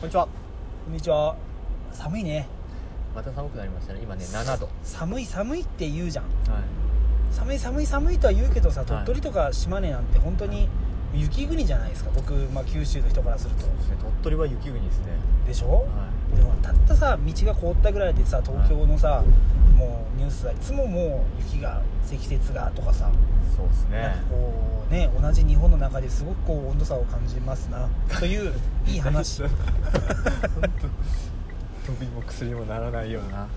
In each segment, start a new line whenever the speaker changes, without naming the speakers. こんにちは
こんにちは寒いね
また寒くなりましたね今ね7度
寒い寒いって言うじゃん
はい
寒い寒い寒いとは言うけどさ
い
鳥取とか島根なんて本当に雪国じゃないですか僕、まあ、九州の人からすると
そうですね鳥取は雪国ですね
でしょ、
は
でもたったさ道が凍ったぐらいでさ東京のさ、もうニュースはいつももう雪が積雪がとかさ、
いそうです
な
ね
んかこうね同じ日本の中ですごくこう温度差を感じますなと いういい話
本当飛びも薬もならないような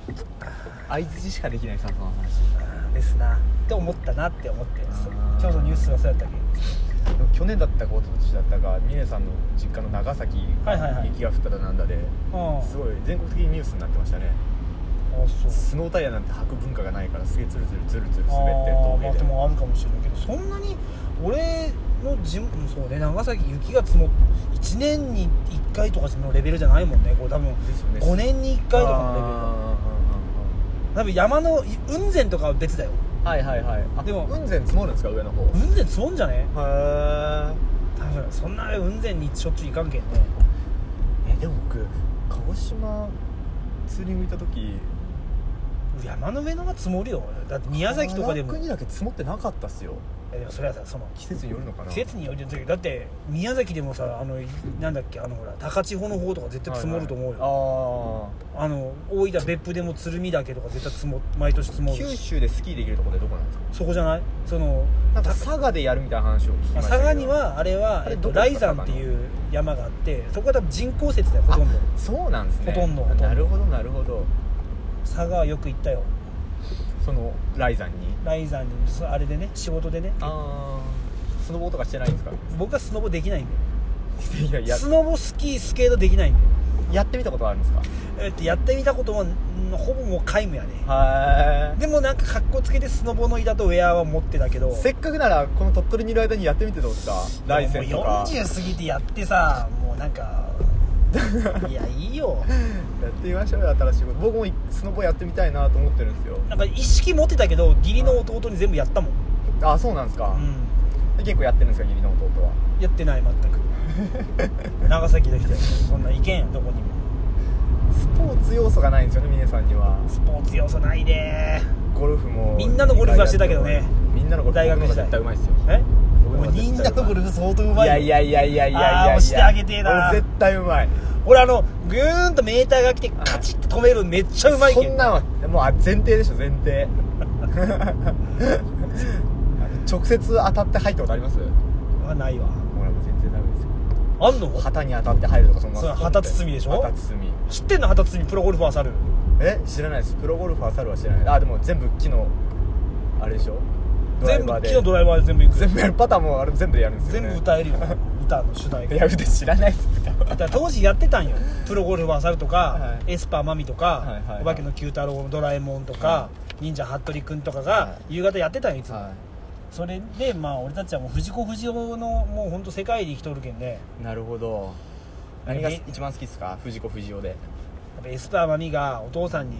相づちしかできないさその話
ですなって思ったなって思ってそ
あー
今日のニュースはそうやったっけ
でも去年だったか一昨年だったか峰さんの実家の長崎
はいはいはい
雪が降っただなんだで
あ
すごい全国的にニュースになってましたね
あそう
スノータイヤなんて履く文化がないからすげえツルツルツルツル
あ
滑っ
ーま
て
あ
峠
で
で
もあるかもしれないけどそんなに俺の地元うんそうね長崎雪が積もっ1年に1回とかのレベルじゃないもんねこれ多分
ですよね
5年に1回とかのレベルだ
ベ
多分山の雲仙とかは別だよ
ルはいはいはいあ
でも
雲仙積もるんですか上の方へ
雲仙積もんじゃね
え
多分そんな雲仙にしょっちゅう行かんけんね
えでも僕鹿児島ツーリング行った時
山の上のが積もるよだって宮崎とかでも
川国だけ積もってなかったっすよ
えでもそれはさその
季節によるのかな
季節によるんだけどだって宮崎でもさあのなんだっけあのほら高千穂の方とか絶対積もると思うよ、
よ
あの大分別府でも鶴見岳とか絶対積も毎年積
ああ
もる
九
し
州でスキーできるとこってどこなんですか
そこじゃないその
なんか
た
佐賀でやるみたいな話を聞きました
佐
けど
賀にはあれは
あれ
えっと
どこ
雷
ですか
山っていう山があってそこは多分人工説だよほとんど
あそうなんですね
ほとんど
あなるほどなるほど
佐賀はよく行ったよ
そのライザンに
雷山にそあれでね仕事でね
ああスノボとかしてないんですか
僕はスノボできないん
いやい
で
や
スノボスキースケートできないんで
やってみたことはあるんですか
えっとやってみたことはんほぼもう皆無やね
は
でもなんか格好つけてスノボの板とウェアは持ってたけど
いせっかくならこの鳥取にいる間にやってみてどうですかライセンとか
もう40過ぎてやってさもうなんかいやいいよ
やってみましょうよ新しいこと僕もスノボやってみたいなと思ってるんですよ
なんか意識持ってたけど義理の弟に全部やったもん、
あそうなんですか
う、ん、
結構やってるんですか義理の弟は
やってない全 く長崎できてそんな意見やどこにも
スポーツ要素がないんですよね峰さんには
スポーツ要素ないで
ゴルフも
みんなのゴルフはしてたけどね
みんなのゴルフ
大学時代
僕の方が絶対うまい
え
っすよ僕の方が絶対うまい
みんなとゴルフ相当う
い
まい
やいや
い
いやいやいやいや
あー押してあげてえな
俺絶対うまい
俺あのグーンとメーターが来てカチッと止めるのめっちゃうまいけど
そんなんはもうあ前提でしょ前提 直接当たって入ったことあります
はないわ
俺も全然ダメですよ
あんの
旗に当たって入るとかそんな
それ旗包みでしょ
旗包み
知ってんの旗包みプロゴルファー猿
え知らないですプロゴルファー猿は知らないあでも全部木のあれでしょドライ
全
バー
部
で
木のドライバーで全部いく
全部やるパターンもあれ全部でやるんですよ、
全
ね、
部歌える よ歌の主題歌
いや歌知らないです歌は
だから当時やってたんよプロゴルファー猿とか、
はい
エスパーマミとか、
いはいはい
お化けの九太郎のドラえもんとか、
は
忍者服部君とか
は
が夕方やってたんよいつも、
は
それでまあ俺たちはもう藤子不二雄のもう本当世界で生きとるけんでや
いなるほど何が一番好きですか藤子不二雄で
っぱエスパーマミがお父さんに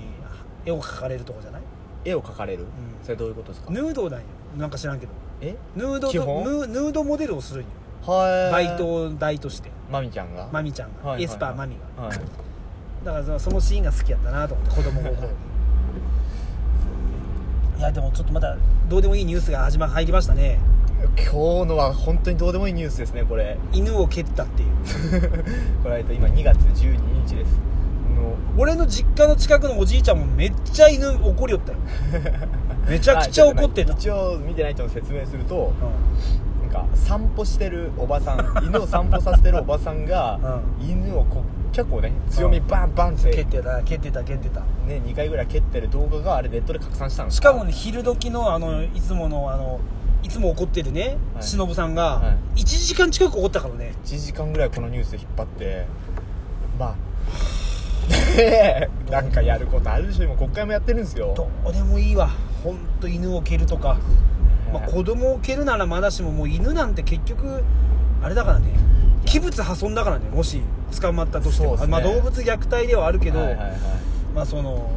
絵を描かれるとこじゃない
絵を描かれる、それどういうことですか
ヌードなんよなんか知らんけど
え
ヌード
基
と
本
ヌーヌードモデルをするんよ
は
バイト代として
マミちゃんが
マミちゃんが、
はいはいはい
エスパーマミが
はい
だからそのそのシーンが好きやったなと思って子供心に いやでもちょっとまたどうでもいいニュースが始ま入りましたね
今日のは本当にどうでもいいニュースですねこれ
犬を蹴ったっていう
これえっと今2月12日ですの
俺の実家の近くのおじいちゃんもめっちゃ犬怒りよった よめちゃくちゃ怒ってた
あちょとね一応見てない人の説明すると
う
なんか散歩してるおば さん犬を散歩させてるおばさんが、犬をこう結構ね強めにバンバンっ
ん蹴
て
っ、てた蹴ってた蹴ってた
ね、2回ぐらい蹴ってる動画があれネットで拡散したんです
しかもね昼時のあのいつものあのいつも怒ってるね、
はい
しのぶさんが
は
1時間近く怒ったからね
1時間ぐらいこのニュース引っ張って まあねえなんかやることあるでしょ今国会もやってるんですよ
どうでもいいわ本当犬を蹴るとかまあ、
ね
子供を蹴るならまだしももう犬なんて結局あれだからね器物破損だからねもし捕まったとして
そう
も、
っすね
まあ、動物虐待ではあるけど、
はいはいはい
まあその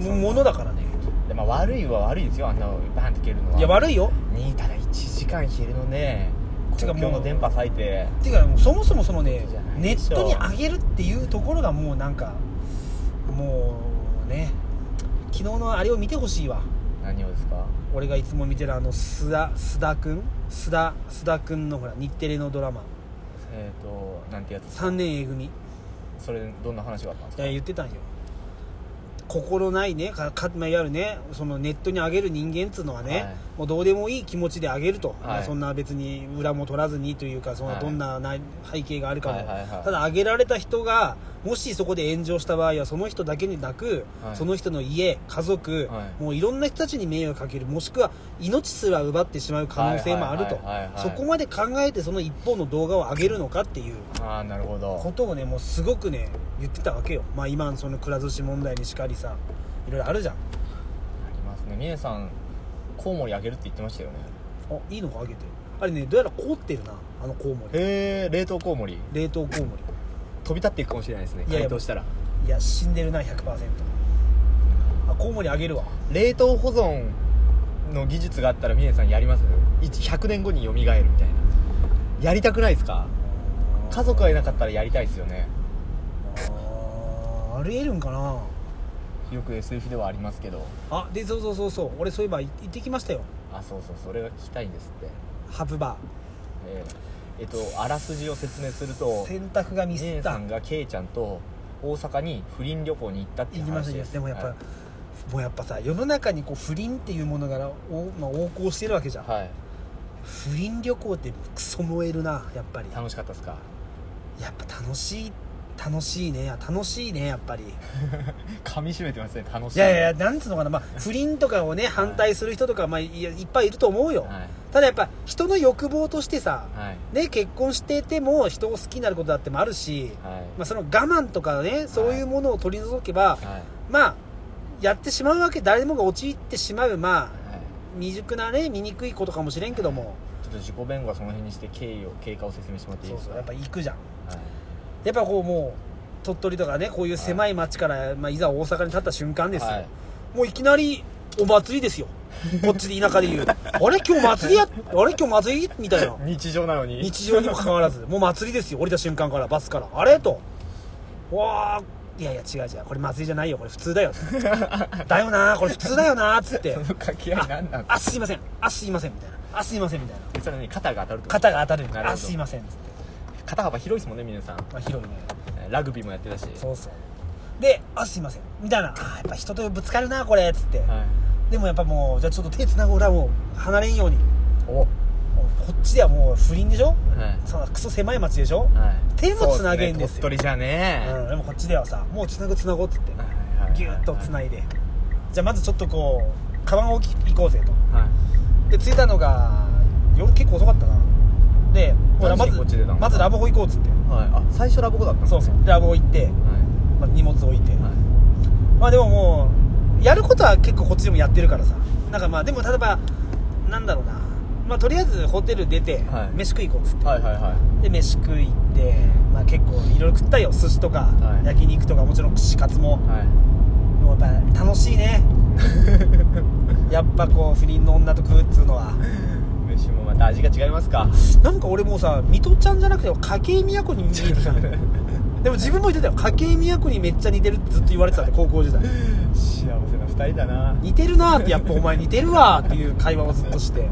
そ
も
う
ものだからね
でまあ、悪いは悪いですよあんなバンって蹴るのはい
や悪いよ
にただ1時間昼のね
てかもう
今日の電波咲いて
ていうかもうそもそもそのね
じゃない
ネ
でし
ッ
ょ
トに上げるっていうところがもうなんかもうね昨日のあれを見てほしいわ
何をですか
俺がいつも見てるあの須田須田君須田須田君のほら日テレのドラマ
えっ、となんてやつですか
3年 A 組い
それどんな話があったんですか
や言ってたんよ心ないねかか、まあ、いわゆるねそのネットに上げる人間っつうのはね、
はい
もうどうでもいい気持ちで上げると、まあそんな別に裏も取らずにというかその
はい
どんなな背景があるかも、
はいはいはい
ただ挙げられた人がもしそこで炎上した場合はその人だけでなく、
はい
その人の家家族、
はい
もういろんな人たちに迷惑かけるもしくは命すら奪ってしまう可能性もあると
はいはいはいはい
そこまで考えてその一方の動画を上げるのかっていう
ああなるほ
こ
ど
とをねもうすごくね言ってたわけよまあ今のそのくら寿司問題にしかりさいろいろあるじゃん
ありますねみえさんコウモリあげるって言ってましたよね
おいいのかあげてあれねどうやら凍ってるなあのコウモリ
へえ冷凍コウモリ
冷凍コウモ
飛び立っていくかもしれないですね
いやいや
解凍したら
リいや死んでるな100%あコウモリあげるわ
冷凍保存の技術があったらみえさんやりますいち100年後によみがえるみたいなやりたくないですか家族がいなかったらやりたいですよね
あーありえるんかな
よく SF ではありますけど
あでそうそうそうそう俺そういえばい行ってきましたよ
あそうそうそれが聞きたいんですって
ハプバ
えーえっとあらすじを説明する
ー
と
洗濯がミス
姉
った
さんがケイちゃんと大阪に不倫旅行に行ったってい
行
う
きまし
話
た
で
よ
す
でもやっぱ、
は
もうやっぱさ世の中にこう不倫っていうものがお、まあ、横行してるわけじゃん、
い、はい
不倫旅行ってクソ燃えるなやっぱり
楽しかったですか
やっぱ楽しい楽しいね楽しいねやっぱり
噛み締めてますね楽し
いやいやなんつうのかな、まあ、不倫とかをね反対する人とか、まあ、いやいっぱいいると思うよ、
はい
ただやっぱ人の欲望としてさ、
はい
ね、結婚してても人を好きになることだってもあるし、
はい
まあ、その我慢とかねそういうものを取り除けば、
はい
まあやってしまうわけ誰もが陥ってしまうまあ
はい
未熟なね醜いことかもしれんけども
ちょっと自己弁護はその辺にして経緯を経過を説明してもらっていい
そう
です
そ
か
うやっぱ行くじゃん
はい
やっぱこうもう鳥取とかねこういう狭い町から、いまあ、いざ大阪に立った瞬間ですよ、
はい
もういきなりお祭りです よこっちで田舎で言うあれ今日祭りやあれ今日祭りみたいな
日常なのに
日常にもかかわらずもう祭りですよ降りた瞬間からバスからあれとわあいやいや違う違うこれ祭りじゃないよこれ普 通だよだよなこれ普通だよなっつって
その掛け合い何なん
あすいませんあすいませんみたいなあすいませんみたいな
でそれに肩が当たるってこと
肩が当たる
なるほど
あすいませんっつって、
肩幅広いですもんね皆さん
まあ、広いね
ラグビーもやってたし
そうそうであすいませんみたいなあーやっぱ人とぶつかるなこれっつって、
はい
でもやっぱもうじゃあちょっと手つなぐ俺はもう離れんように
お
も
は
うこっちではもう不倫でしょ
い
そのクソ狭い町でしょ、
はい
手もつなげんですよ
そうね鳥取じゃね
うん、でもこっちではさもうつなぐつなごうっつって
はい
ギューッとつ
は
ないでじゃあまずちょっとこうカバンを置き行こうぜと
いはい
で着いたのが夜結構遅かったなでほらま
何
ず
時にこっち出たの
まずラブホ行こうっつって
はい、あ最初ラボコだったの
そうそうでラブホ行って、
は
まあ、荷物置いて、
い、はい、
まあでももうやることは結構こっちでもやってるからさなんかまあでも例えばなんだろうなまあとりあえずホテル出て、
はい
飯食い行こうっつって
はいはいは
で飯食い行って、まあ、結構いろいろ食ったよ寿司とか、
はい
焼肉とかもちろん串カツも
いはい
もうやっぱ楽しい ねやっぱこう不倫の女と食うっつうのは
飯もまた味が違いますか
なんか俺もうさ水戸ちゃんじゃなくて筧美也子に見えてき たのでも自分も言ってたよ筧美也子にめっちゃ似てるってずっと言われてたんで高校時代
幸せな二人だな
似てるなーってやっぱお前似てるわーっていう会話をずっとして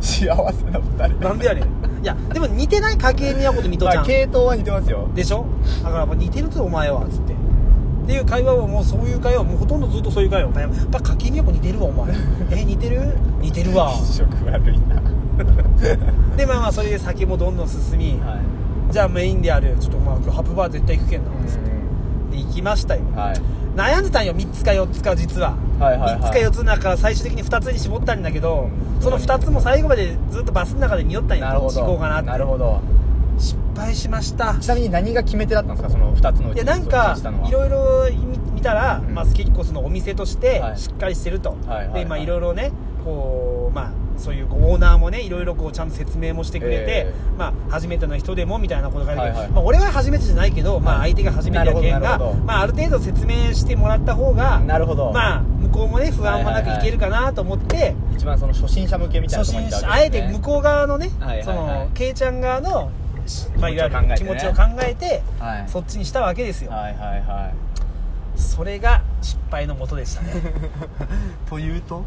幸せな二人
なんでやねんいやでも似てない筧美也子と水戸ちゃ
まあ、
ん
系統は似てますよ
でしょだからやっぱ似てるぞお前はつってっていう会話はもうそういう会話はもうほとんどずっとそういう会話やっぱ筧美也子似てるわお 前え似てる似てるわ
気色悪いな
でまあまあそれで酒もどんどん進み、
はい
じゃあメインであるちょっとまあ今日ハプバー絶対行くけんなつってで行きましたよ
はい
悩んでたんよ3つか4つか実は,、
はいはいは
3
い
つか4つの中最終的に2つに絞ったんだけど、
うん
その2つも最後までずっとバスの中で見よったんよ
なるほど
どっち行こうかなって
るほど
失敗しました
ちなみに何が決め手だったんですかその二つのうち
いやなんかい
い
ろいろ見見たら、
うん
まあ、結構そのお店として
はい
しっかりしてると、
はいは
で
い
まあ
はい
いろいろねこうまあそういうこうオーナーもねいろいろこうちゃんと説明もしてくれて、
え
まあ初めての人でもみたいなことがあるけど、
はいはい
まあ、俺は初めてじゃないけど、まあ
はい
相手が初めてやけん
なる
が
ほどなるほど
まあある程度説明してもらった方が
なるほど
まあ向向もね不安もなくいけるかなと思って、
一番その初心者向けみたいな
初
とこ
心
に行った
者、
わ
あ
け
え
で
て
すね
向こう側のね、
はいはいはい
そのケイちゃん側の、まあ、い
気持ちを
わ
考
ゆる
えて
気
ね
持ちを考えて、
はい
そっちにしたわけですよ、
はいはいは
それが失敗のもとでした ね
いというと、は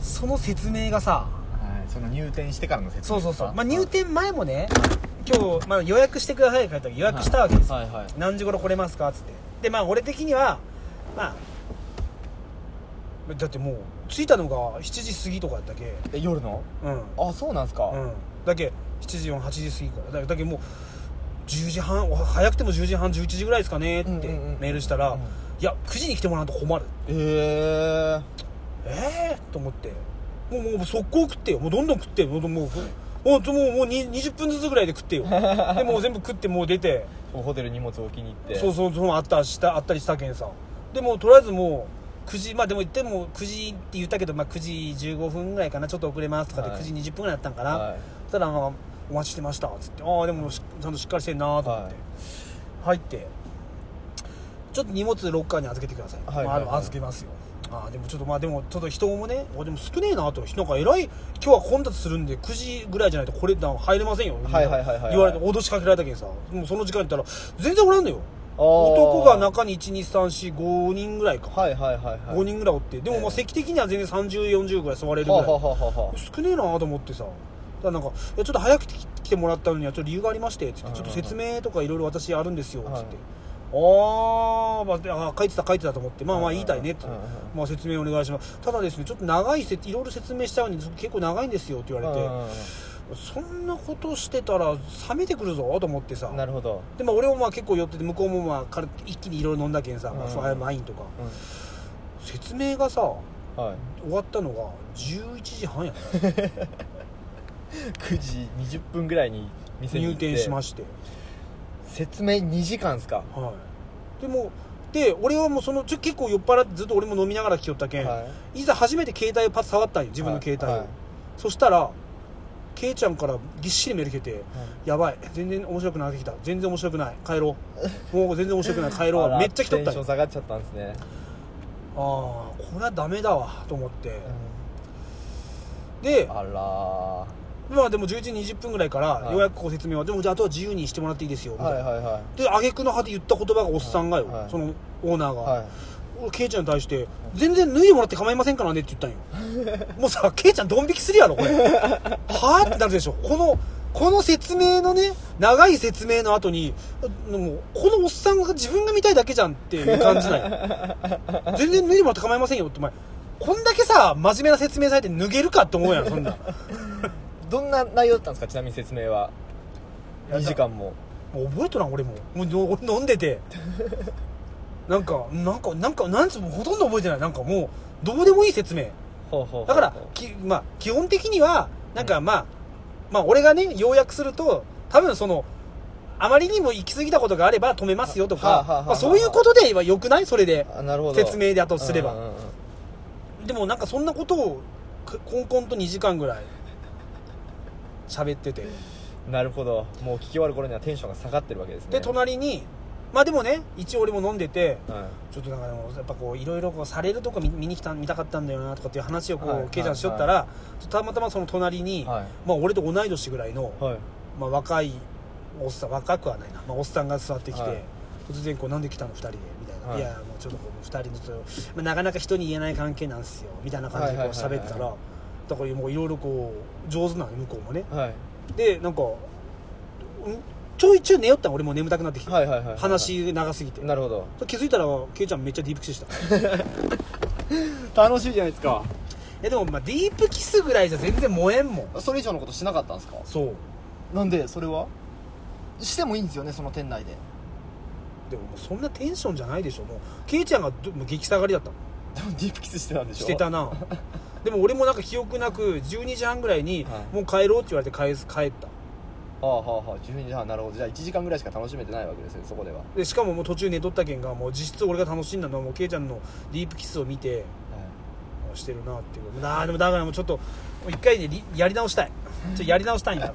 その説明がさ
い、その入店してからの説明
そうそうそう、まあ、
はい
入店前もね今日、まあ、予約してくださいって書いてある予約したわけですよ、
はいはいはい
何時頃来れますかっつってでまあ俺的にはまあだってもう着いたのが7時過ぎとかやったけ
え夜の
うん
あそうなんすか、
うん、だけ7時48時過ぎからだだけもう10時半早くても10時半11時ぐらいですかねって
うんうんうん
メールしたら、
うん
いや9時に来てもらわんと困る
え
ええー、と思ってもうもう速攻食ってよもうどんどん食ってよもうもうもうもうもうに20分ずつぐらいで食って よでもう全部食ってもう出て
えホテル荷物置きに行って
そうそうそうあったしたあったりしたけんさでもうとりあえずもう9時まあでも言っても9時って言ったけど、まあ、9時15分ぐらいかなちょっと遅れますとかで
はい
9時20分ぐらいだったんかな、
はい
そしたらあ「お待ちしてました」つって「ああでもしちゃんとしっかりしてんな」と思って、入って「ちょっと荷物ロッカーに預けてください」
はい
まあ
はいはい
あの預けますよああでもちょっとまあでもちょっと人もねあでも少ねえなとなんか偉い今日は混雑するんで9時ぐらいじゃないとこれなんか入れませんよ、
はいはいはいはいはい
言われて脅しかけられたけどさもうその時間にったら全然おらんのよ
あー
男が中に12345人ぐらいか、
はいはいはいはい
5人ぐらいおってでもま
ええ
あ席的には全然3040ぐらい座れるぐ
は
ら
あ
い、
はあはあはあはあ
少ねえなと思ってさだからなんかいやちょっと早く来てもらったのにはちょっと理由がありましてつって
うんうんう
ちょ
ん
っと説明とかいろいろ私あるんですよつって、
はい
あー、まあで、あ書いてた書いてたと思ってまあまあ言いたいねって、
うんうんうん
まあ、説明お願いしますただですねちょっと長いせいろいろ説明しちゃうのに結構長いんですよって言われて、そんなことしてたら冷めてくるぞと思ってさ
うんなるほど、
でも俺もまあ結構寄ってて向こうもまあ軽く一気にいろいろ飲んだけんさ、まあ
うん
ファイアマインとか
う
説明がさ
んはい、
終わったのが11時半 やね
9時20分ぐらいに店に行
入
って
店しまして
説明2時間っすか
はい、でもで俺はもうそのちょ結構酔っ払ってずっと俺も飲みながら来よったけん、、
はい
ざ初めて携帯をパッと触ったんよ自分の携帯を、
はいはい
そしたらケイちゃんからぎっしりメール来てて、やばい全然面白くなってきた全然面白くない帰ろう もう全然面白くない帰
い
ろ
あ
う
ら
めっちゃ来とっ
テ
た
ン
ん
ショ
よ
ン下がっちゃったんですね、
ああこれはダメだわと思って、で
あら
まあでも11時20分ぐらいから
はい
ようやくこう説明は、でもじゃああとは自由にしてもらっていいですよ、みたい
はい
な
はいは
で挙句の果て言った言葉がおっさんがよ、
はいはい
そのオーナーが、
いはい
俺ケイちゃんに対して「全然脱いでもらって構いませんからね」って言ったんよもうさケイちゃんドン引きするやろこれはあってなるでしょこのこの説明のね長い説明の後にもうこのおっさんが自分が見たいだけじゃんっていう感じなんよ全然脱いでもらって構いませんよってお前こんだけさ真面目な説明されて脱げるかって思うやんそんなん
どんな内容だったんですかちなみに説明は2時間も
もう覚えとらん俺ももうの俺飲んでてなんかなんかなんかなんつうのほとんど覚えてないなんかもうどうでもいい説明
ほうほうほう
だから
ほう
き、まあ、基本的にはなんか、まあまあ俺がね要約すると多分そのあまりにも行き過ぎたことがあれば止めますよと
はあは
か
あはあ
まあそういうことではよくないそれで
あなるほど
説明であとすれば
うんうんうん
でもなんかそんなことをくこんこんと2時間ぐらい喋ってて
なるほどもう聞き終わる頃にはテンションが下がってるわけですね
で隣にまあでもね一応俺も飲んでて
はい
ちょっとなんかでもやっぱこういろいろこうされるとこ見見に来た見たかったんだよなとかっていう話をこう、
はい
ケイちゃんしよったら、たまたまその隣に、
はい
まあ俺と同い年ぐらいの、
はい
まあ、若いおっさん若くはないな、まあ、おっさんが座ってきて、
はい
突然こう「なんで来たの2人で」みたいな「
はい
い、やもうちょっとこう2人のちょっと、まあ、なかなか人に言えない関係なんですよ」みたいな感じでこう
はいはいはいは
喋
い
ってたらだからもういろいろこう上手なの向こうもね
はい
でなんかんちょいちょい寝よったん俺も眠たくなってきて、
はいはいはいはい
話長すぎて
なるほど
気づいたらケイちゃんめっちゃディープキスした い
楽しいじゃないですか
やでもまあディープキスぐらいじゃ全然燃えんもん
それ以上のことしなかったんですか
そう
なんでそれはしてもいいんですよねその店内で
でももうそんなテンションじゃないでしょもうケイちゃんがどもう激下がりだったもん
でもディープキスしてたんでしょ
してた なでも俺もなんか記憶なく12時半ぐらいに
はい
もう帰ろうって言われて帰す帰った
ああはあはあ12時半なるほどじゃあ1時間ぐらいしか楽しめてないわけですねそこでは、
でしかももう途中寝とったけんがもう実質俺が楽しんだのはもうケイちゃんのディープキスを見てあしてるなっていうなあでもだからもうちょっともう一回でリやり直したいちょっとやり直したいんだか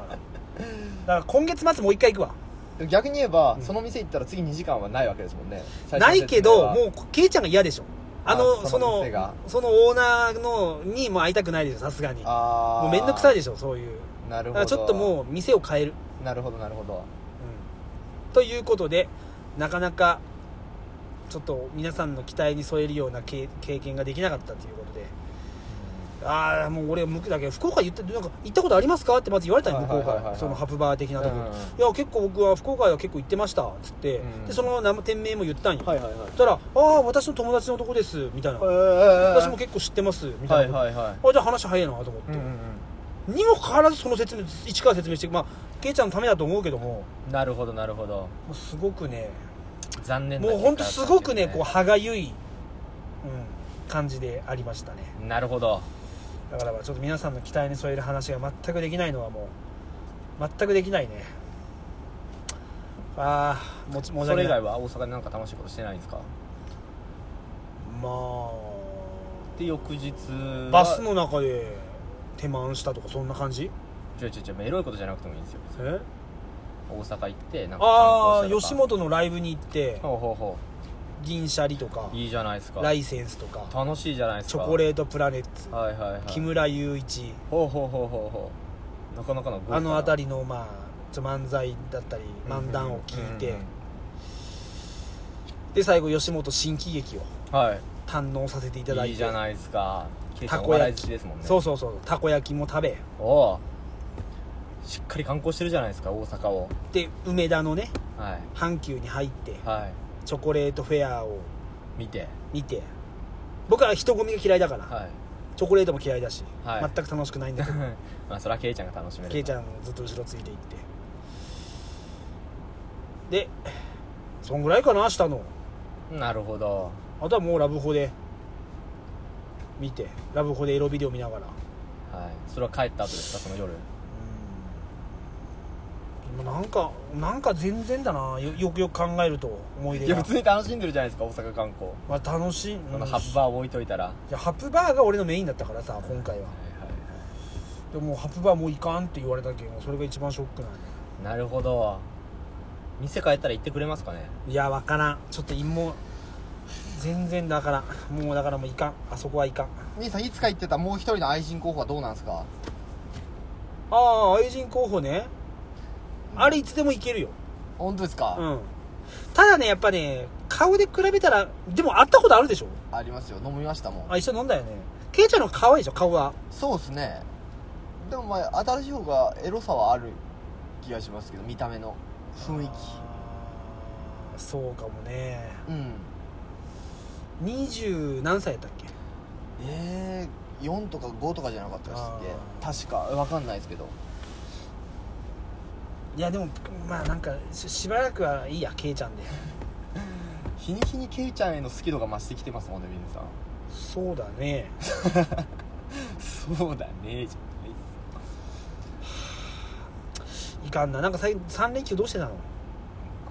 らだから今月末もう一回行くわ
でも逆に言えば、
うん
その店行ったら次2時間はないわけですもんね
ないけど
う
もうケイちゃんが嫌でしょあの
あ
そ
その
の
店が
そのオーナーのにもう会いたくないでしょさすがにも
ああ
うめんどくさい
い
でしょそういう
なる
だ
ほ
から
ど
ちょっともう店を変える、
うなるほどなるほど
うんということでなかなかちょっと皆さんの期待に添えるような経経験ができなかったということでああもう俺向くだけど福岡言ってなんか行ったことありますかってまず言われたの
はい
向
はい
こ
は
う
い
か
はい
らそのハプバー的なとこ
うんうん
いや結構僕は福岡は結構行ってましたっつって、
うん
でその名前店名も言ったんよ、
はいはいはい
そしたら「ああ私の友達のとこです」みたいな、私
私
も結構知ってます」み
は
たい
い
な、
はいはい
あじゃあ話早いなと思って、
うんうん
にもかかわらずその説明一から説明してまあケイちゃんのためだと思うけどもも
うんなるほどなるほど
うすごくね
残念な
もう
結果
ほんとすごくね
だった
こう
んで
歯がゆい、うん、感じでありましたね
すねなるほど
だからちょっと皆さんの期待に添える話が全くできないのはもう全くできないねああもち申し
それ
訳
以
な
外
い
は大阪でなんか楽しいことしてないんですか
ま
で翌日
あ
は
バスの中で手満したとかそんな感じ
ちょいちょいちょいエロいことじゃなくてもいいんですよ
え
大阪行ってなんか
ああ
観光した
吉
とか
本のライブに行って
ほうほうほ
銀シャリとか
ういいじゃないですか
ライセンスとか
楽しいじゃないです
チ
か
ョコレートプラネッツ
はいはいはい
木村雄一
ほうほうほうほうほうなかなかの豪華な
あの辺りのまあちょ漫才だったり漫談を聞いて
うんうん
で最後吉本新喜劇を
うんはい
堪能させていただいて
いいじゃないですか
た
お
こ
笑い
焼き
好きですもんね
そうそうそうたこ焼きも食べ
おうしっかり観光してるじゃないですか大阪を
で梅田のね
はい
阪急に入って
はい
チョコレートフェアを
見て
見て僕は人混みが嫌いだから、
はい
チョコレートも嫌いだし、
はい
全く楽しくないんだけ ど
まあそれはケイちゃんが楽しめる
ケイち
ん
ゃんずっと後ろついていってでそんぐらいかなしたの
なるほど
あとはもうラブホで見てラブホでエロビデオ見ながら
はいそれは帰った後ですかその夜
うんなんかなんか全然だなよよくよく考えると思い出
い
が
や普通に楽しんでるじゃないですか大阪観光
まあ、楽しい、
この
うん
ハッバーを置いといたらはい
やハプバーが俺のメインだったからさ今回はい
はい
でももうハプバーもういかんって言われたけどそれが一番ショックなんだ
なるほど店変えたら行ってくれますかね
いやわからんちょっと陰謀全然だからんもうだからもういかんあそこはいかん
兄さんいつか言ってたもう一人の愛人候補はどうなんですか
ああ愛人候補ねあれいつでもいけるよ
本当ですか
うんただねやっぱね顔で比べたらでも会ったことあるでしょ
ありますよ飲みましたもん
あ一緒に飲んだよねケイちゃんの方が可愛いでしょ顔は
そうっすねでもまあ新しい方がエロさはある気がしますけど見た目の雰囲気
あーそうかもね
うん
二十何歳やったっけ
ええー、4とか5とかじゃなかった
あ
ですっけ確かわかんないですけど
いやでもまあなんかししばらくはいいやケイちゃんで
日に日にケイちゃんへの好き度が増してきてますもんね皆さん
そうだね
そうだねじゃないっ
いかんななんか最3連休どうしてたの
す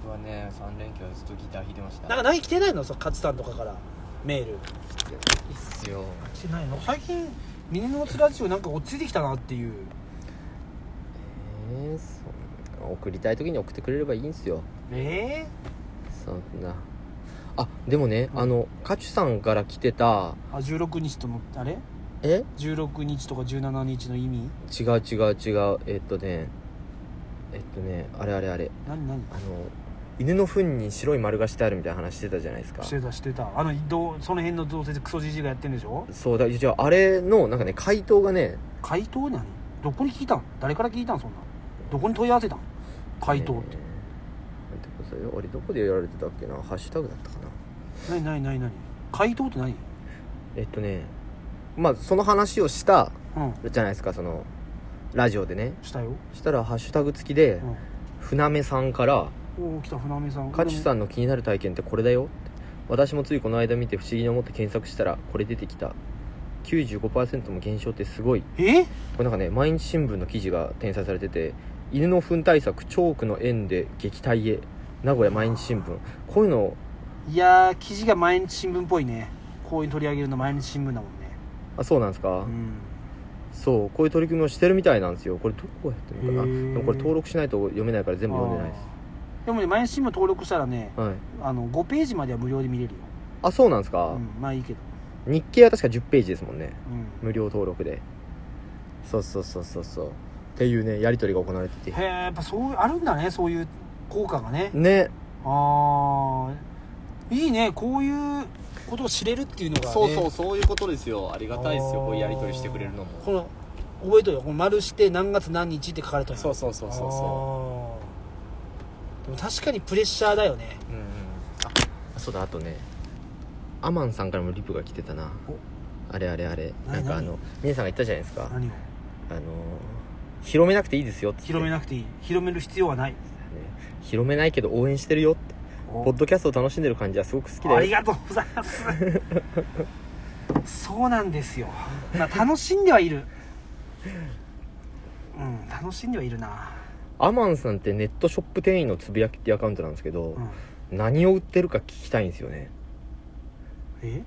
僕はね3連休はずっとギター弾いてました
なんか何来てないのそう勝さんとかからメール
いいっすよ
来てないの最近峰のつラジオなんか落ち着いてきたなっていう
えー、そんな送りたい時に送ってくれればいいんですよ
え
そんなあでもねあのカチュさんから来てた
えあ16日とのあれ
え
16日とか17日の意味
違う違う違うえっとねえっとねあれあれあれ
何何
あの犬の糞に白い丸がしてあるみたいな話してたじゃないですか
してたしてたあのどうその辺の同性でクソじじいがやってんでしょ
そうだじゃああれのなんかね回答がね
回答何どこに聞いたん誰から聞いたんそんなどこに問い合わせたん回答って
え、ーなんてことよ俺どこでやられてたっけなハッシュタグだったかな
何何何何回答って何
えっとねまあその話をした
うん
じゃないですかそのラジオでね
したよ、
したらハッシュタグ付きで、船目さんから
うん、おお来た船目さん
「カチュさんの気になる体験ってこれだよ」って私もついこの間見て不思議に思って検索したらこれ出てきた95%も減少ってすごい
え
これなんかね毎日新聞の記事が転載されてて犬の糞対策チョークの縁で撃退へ名古屋毎日新聞こういうの
いやー記事が毎日新聞っぽいねこういう取り上げるの毎日新聞だもんね
あそうなんですか、
うん
そうこういう取り組みをしてるみたいなんですよこれどこやってるのか
へ
な
ー
でもこれ登録しないと読めないから全部読んでないです
あーでもね毎日新聞登録したらね
はい
あの5ページまでは無料で見れるよ、
あそうなんですか、
うん、まあいいけど
日経は確か10ページですもんね
うん
無料登録でそうそうそうそうそうっていうねやり取りが行われて
へえ
て
やっぱそうあるんだねそういう効果がね
ね
ああいいねこういうことを知れるっていうのが、ね、
そうそうそういうことですよありがたいですよこういうやり取りしてくれるのも
この覚えとるよこの丸して何月何日って書かれた
そうそうそうそうそ
あーでも確かにプレッシャーだよね
ううんうん
あそうだあとねアマンさんからもリプが来てたなあれあれあれな
何
んかあの皆さんが言ったじゃないですか
何を
あの広めなくていいですよっつって
広めなくていい広める必要はない
ね広めないけど応援してるよってポッドキャストを楽しんでる感じはすごく好き
あ
だ
り
よ
がとうございますそうなんですよ、まあ、楽しんではいるうん楽しんではいるな、
アマンさんってネットショップ店員のつぶやきっていうアカウントなんですけど
うん、
何を売ってるか聞きたいんですよね
え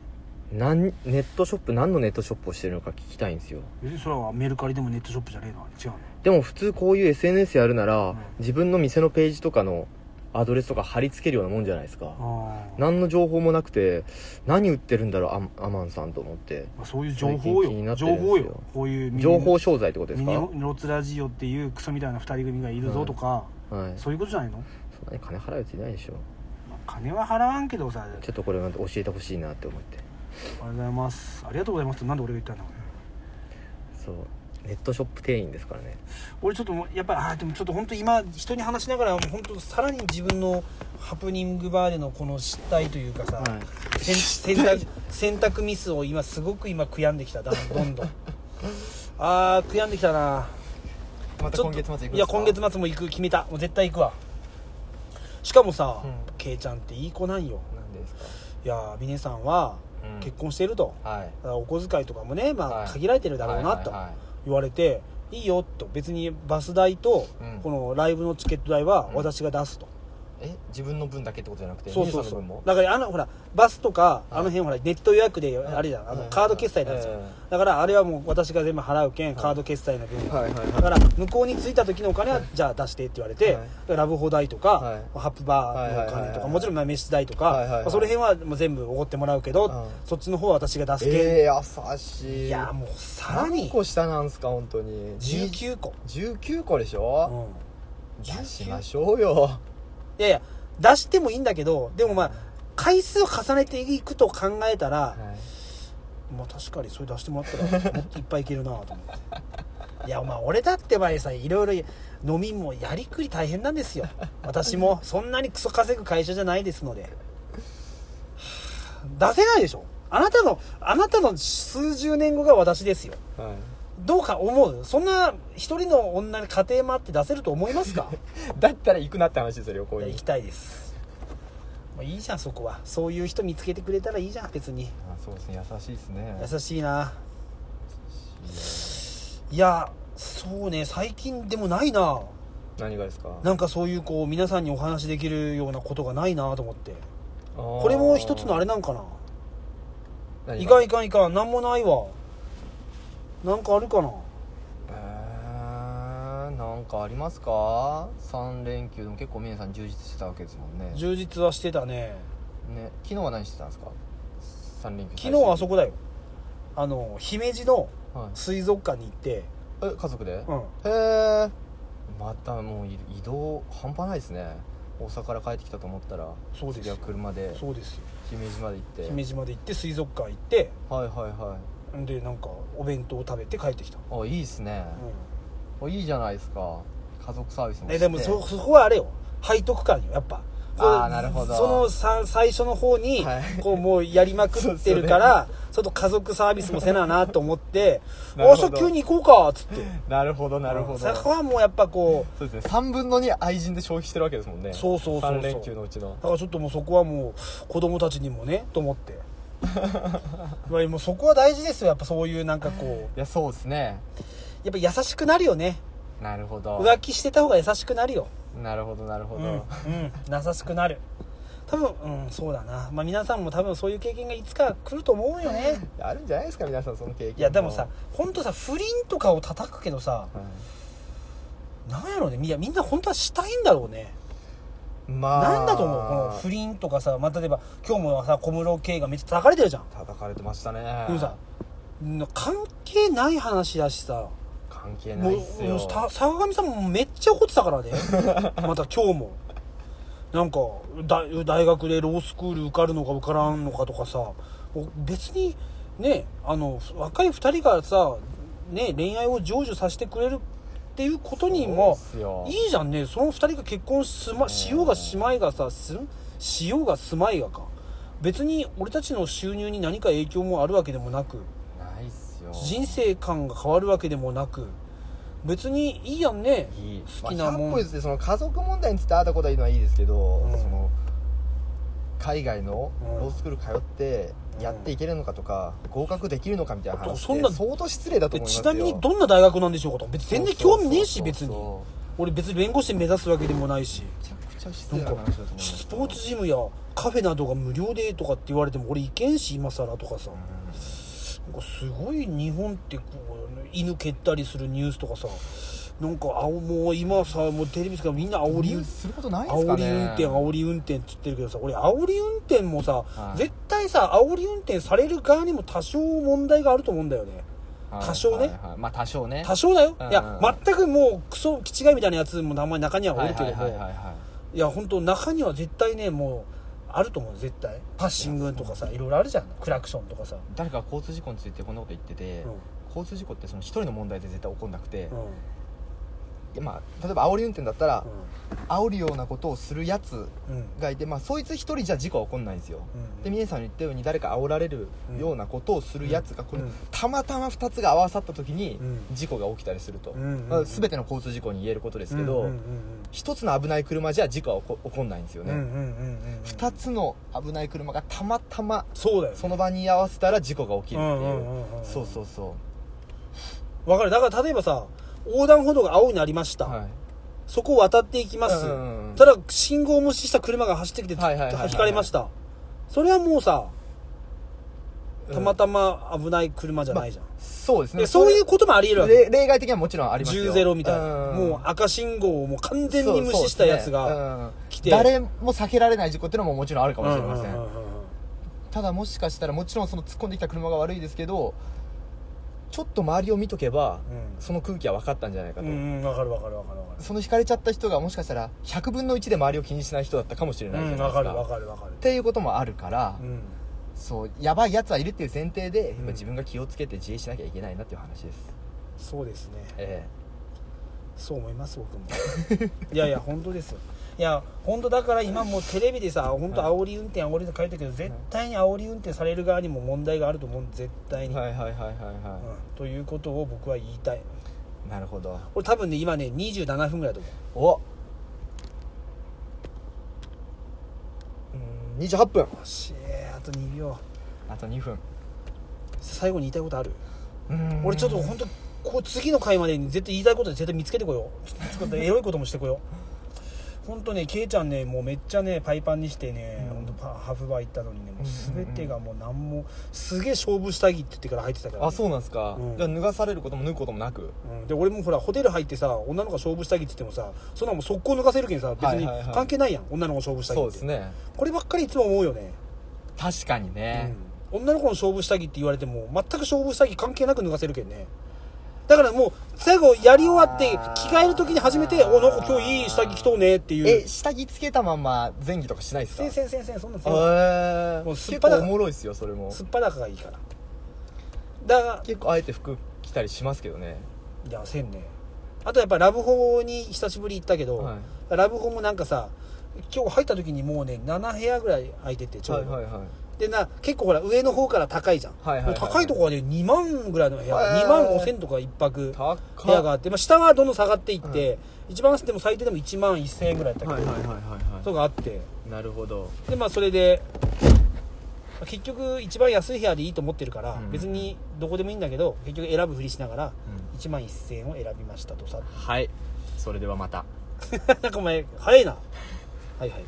何ネットショップ何のネットショップをしてるのか聞きたいんですよ
別にそれはメルカリでもネットショップじゃねえの違うの
でも普通こういう SNS やるなら、
ん
自分の店のページとかのアドレスとか貼り付けるようなもんじゃないですか、
あー
何の情報もなくて何売ってるんだろうアマアマンさんと思って
まあそういう情報
最近気にな
よ
ってるんです
情
よ
報よこういうミニ
情報商材ってことで
ミ
す
ニ
か、は
ロツラジオっていうクソみたいな2人組がいるぞとか、
い、そ
そういうことじゃないの、
んなに金払うやついないでしょ
まあ金は払わんけどさ
ちょっとこれなんて教えてほしいなって思って
ありがとうございますありがとうございますってなんで俺が言ったんだ
そうネットショップ店員ですからね
俺ちょっともうやっぱりあーでもちょっと本当今人に話しながらもう本当さらに自分のハプニングバーでのこの失態というかさ、せん選択選択ミスを今すごく今悔やんできただんどんどんあー悔やんできたな
また
ちょっと
今月末行くんですか
いや今月末も行く決めたもう絶対行くわしかもさ、けいちゃんっていい子なんよ
なんでですか
いやー峰さんは
うん
結婚してると、
はい
だからお小遣いとかもね、ま
は
あ、
い
限られてるだろうなと言われて、いいよと別にバス代と
うん
このライブのチケット代は
うん
私が出すと、
え自分の分だけってことじゃなくて
そうそうそ
皆さんの分
う
も
だからあのほらバスとかあの辺ほらネット予約であれじゃんあの
うん
カード決済なんですよ、
うん
だからあれはもう私が全部払うけんカード決済の分、
はいはい
だから向こうに着いた時のお金はじゃあ出してって言われて、
はい
ラブホ代とか、
はい
ハップバーのお
はいはい
金
はい
と
は
か
い
もちろんまあ飯代とか、
はいはいはい
まあその辺はもう全部おごってもらうけど、
うん
そっちの方は私が出すけん、
えー、優しい
いやもうさら
何
に
個下なんすか本当に
19個、
19個でしょ、
うん
出しましょうよ
いやいや出してもいいんだけどでもまあ回数を重ねていくと考えたら、まあ確かにそれ出してもらったらもっといっぱいいけるなと思っていやお前俺だって前さいろいろ飲みもやりくり大変なんですよ私もそんなにクソ稼ぐ会社じゃないですのではあ出せないでしょあなたのあなたの数十年後が私ですよ
はい
どうか思うそんな一人の女に家庭もあって出せると思いますか
だったら行くなって話ですよ旅行
いや行きたいですもういいじゃんそこはそういう人見つけてくれたらいいじゃん別に
あそうですね優しいですね
優しいないやそうね最近でもないな
何がですか
なんかそういうこう皆さんにお話しできるようなことがないなと思ってこ
こ
れも一つのあれなんかな
何
い
が
かんいかんいかんなんもないわなんかあるかな
えーなんかありますか3連休でも結構皆さん充実してたわけですもんね
充実はしてたね
ね昨日は何してたんですか3連休
昨日はあそ
こ
こだよあの姫路の
はい
水族館に行って
え家族で、
う
へ
ん
えまたもうい移動半端ないですね大阪から帰ってきたと思ったら
そうです
次
よ
は車で
そうですよ
姫路まで行って
姫路まで行って水族館行って
はいはいは
でなんかお弁当を食べて帰ってきた、
いあいいですね、
う
あいいじゃないですか家族サービスも
ん、
して
えでもそそこはあれよ背徳感よやっぱ
あー
そ
なるほど
そのさ最初の方に、
はい
こうもうやりまくってるからちょっと家族サービスもせななと思って「
なる
あ
ほど
さ急に行こうか」っつって
なるほどなるほど
そこはもうやっぱこ
そうですね3分の2愛人で消費してるわけですもんね
そうそうそうそう
3連休のうちの
うだからちょっともうそこはもう子供たちにもねと思って まあもうそこは大事ですよやっぱそういうなんかこう
いやそうですね
やっぱ優しくなるよね
なるほど
浮気してた方が優しくなるよ
なるほどなるほど、
うん、優しくなる多分うんそうだな、まあ、皆さんも多分そういう経験がいつか来ると思うよね
あるんじゃないですか皆さんその経験
いやでもさ、ほんとさ不倫とかを叩くけどさ
はい
なんやろうねみやみんな本当はしたいんだろうね
まあ
なんだと思うこの不倫とかさまあ例えば今日もさ小室圭がめっちゃ叩かれてるじゃん
叩かれてましたね
でもさな関係ない話だしさ
関係な
も
いっす
うも
よ
うさ坂上さんもめっちゃ怒って たからねまた今日もなんか大大学でロースクール受かるのか受からんのかとかさもう別にねあの若い2人がさ、ね、恋愛を成就させてくれるっていうことに
そう
も
っすよ
いいじゃんねその2人が結婚す、ま、しようがしまいがさすしようがすまいがか別に俺たちの収入に何か影響もあるわけでもなく
ないっすよ
人生観が変わるわけでもなく別にいいやんね
いい
好きなもん
まあ、100歩譲ってその家族問題についてああだこうだ言うのはいいですけど、
うん
その海外の
うん
ロースクール通ってやっていけるのかとか、合格できるのかみたいな話って
そんな
相当失礼だと
で
思います
ちな
よ
みにどんな大学なんでしょうかと別に全然興味ねえし
そう
別
そうそ
に
うそう
俺別に弁護士目指すわけでもないし
めちゃくちゃ失礼な話だと思います
スポーツジムやカフェなどが無料でとかって言われても俺行けんし今更とかさなんかすごい日本ってこう犬蹴ったりするニュースとかさなんかあおもう今さもうテレビですからみんな煽り
理
運
由することないんです
煽
か
り
ね
運転煽り運転っつってるけどさ俺煽り運転もさ、
い
絶対さ煽り運転される側にも多少問題があると思うんだよね
はい
多少ね
はいはいまあ多少ね
多少だよ、
うん
いや全くもうクソ気違いみたいなやつも名前中にはおるけども、
はい
い
はいはいはい
や本当中には絶対ねもうあると思う絶対パッシングとかさいろいろあるじゃんクラクションとかさ、
誰か交通事故についてこんなこと言ってて、
うん
交通事故ってその一人の問題で絶対起こんなくて、
うん
いやまあ例えば煽り運転だったら、煽るようなことをするやつ
うん
がいて、まあ、そいつ一人じゃ事故は起こんないんですよ、
うん
で峰さんの言ったように誰か煽られるようなことをするやつが、これ
うん
たまたま2つが合わさった時に
うん
事故が起きたりすると、
うんうんうん
まあ全ての交通事故に言えることですけ
う
ど、
んうん
一つの危ない車じゃ事故は起こ起こんないんですよ
うんうんうんう
ね、
んうんうん
2つの危ない車がたまたま
そうだよ
その場に居合わせたら事故が起きるっていう,、
うんうんうんうん
そうそうそ
わかるだから例えばさ横断歩道が青になりまし
う
た、
はい
そこを渡っていきます、
うんうんうん
ただ信号を無視した車が走ってきて
はいはいはいはいはい
ひかれましたそれはもうさたまたま危ない車じゃないじゃん、
そうです
で
ね
そういうこともありえるわけ
れ例外的にはもちろんありますよ
10ゼロみたいな、
うん
もう赤信号をもう完全に無視したやつが来て
そうそうですねうん誰も避けられない事故っていうのももちろんあるかもしれませ
うん
ん,、
うんうんうん
ただもしかしたらもちろんその突っ込んできた車が悪いですけどちょっと周りを見とけば、
うん
その空気は分かったんじゃないかと、
うんうんわかるわかるわかるわか
その引かれちゃった人がもしかしたら100分の1で周りを気にしない人だったかもしれない
る
じ
う
ゃ
ん
ない
わか
ですか,、
るわ
っ
かるわかる
ていうこともあるから、
うん
そうやばいやつはいるっていう前提で、
うん
今自分が気をつけて自衛しなきゃいけないなっていう話です
そうですね
え
そう思います僕も いやいや本当ですよいや本当だから今もうテレビでさ本当煽り運転煽りって書いてるけど絶対に煽り運転される側にも問題があると思う絶対
え
に、
はいはいはいはいは
うんということを僕は言いたい
いなるほど
俺多分ね今ね27分ぐらいだと思
おうん28分
うしえあと2秒
あと2分
最後に言いたいことある
うん
俺ちょっと本当こう次の回までに絶対言いたいことで絶対見つけてこようちょっとエロいこともしてこよう本当ねケイちゃんねもうめっちゃねパイパンにしてね、ほんとパハーフバー行ったのにねもう全てがもう何もすげえ勝負下着って言ってから入ってたから、ね、
あそうなんですか、
うん
じゃあ脱がされることも脱ぐこともなく
うんで俺もほらホテル入ってさ女の子が勝負下着って言ってもさそんなもん速攻抜かせるけんさ別に
はいはいはい
関係ないやん、女の子の勝負下着って
そうですね
こればっかりいつも思うよね、
確かにね、
うん、女の子の勝負下着って言われても全く勝負下着関係なく脱がせるけんねだからもう最後やり終わって着替える時に初めて「おなんか今日いい下着着とうね」っていう
え下着つけたまま前戯とかしないですか
せんせんせんせんそんなん
え
せん
ー、
もうすっ
結
ぱだ
構おもろいっすよそれも
すっぱだかがいいからだが
結構あえて服着たりしますけどね
いやせんねあとやっぱラブホに久しぶり行ったけど、
は
ラブホもなんかさ今日入った時にもうね7部屋ぐらい空いててちょう
はい
ど、
はいはい
でな結構ほら上の方から高いじゃん、
はいはいはい
高いとこはね2万ぐらいの部屋、
へー
2万5千とか一泊
高っ
部屋があって、まあ、下はどんどん下がっていって、一番でも最低でも1万1000円ぐらいだった
は
け
い
ど、
はいはいはい
とかあって
なるほど
でまあそれで結局一番安い部屋でいいと思ってるから、
うん
別にどこでもいいんだけど結局選ぶふりしながら
う
1万1000円を選びましたとさ
はいそれではまた
なんかお前早いなはいはい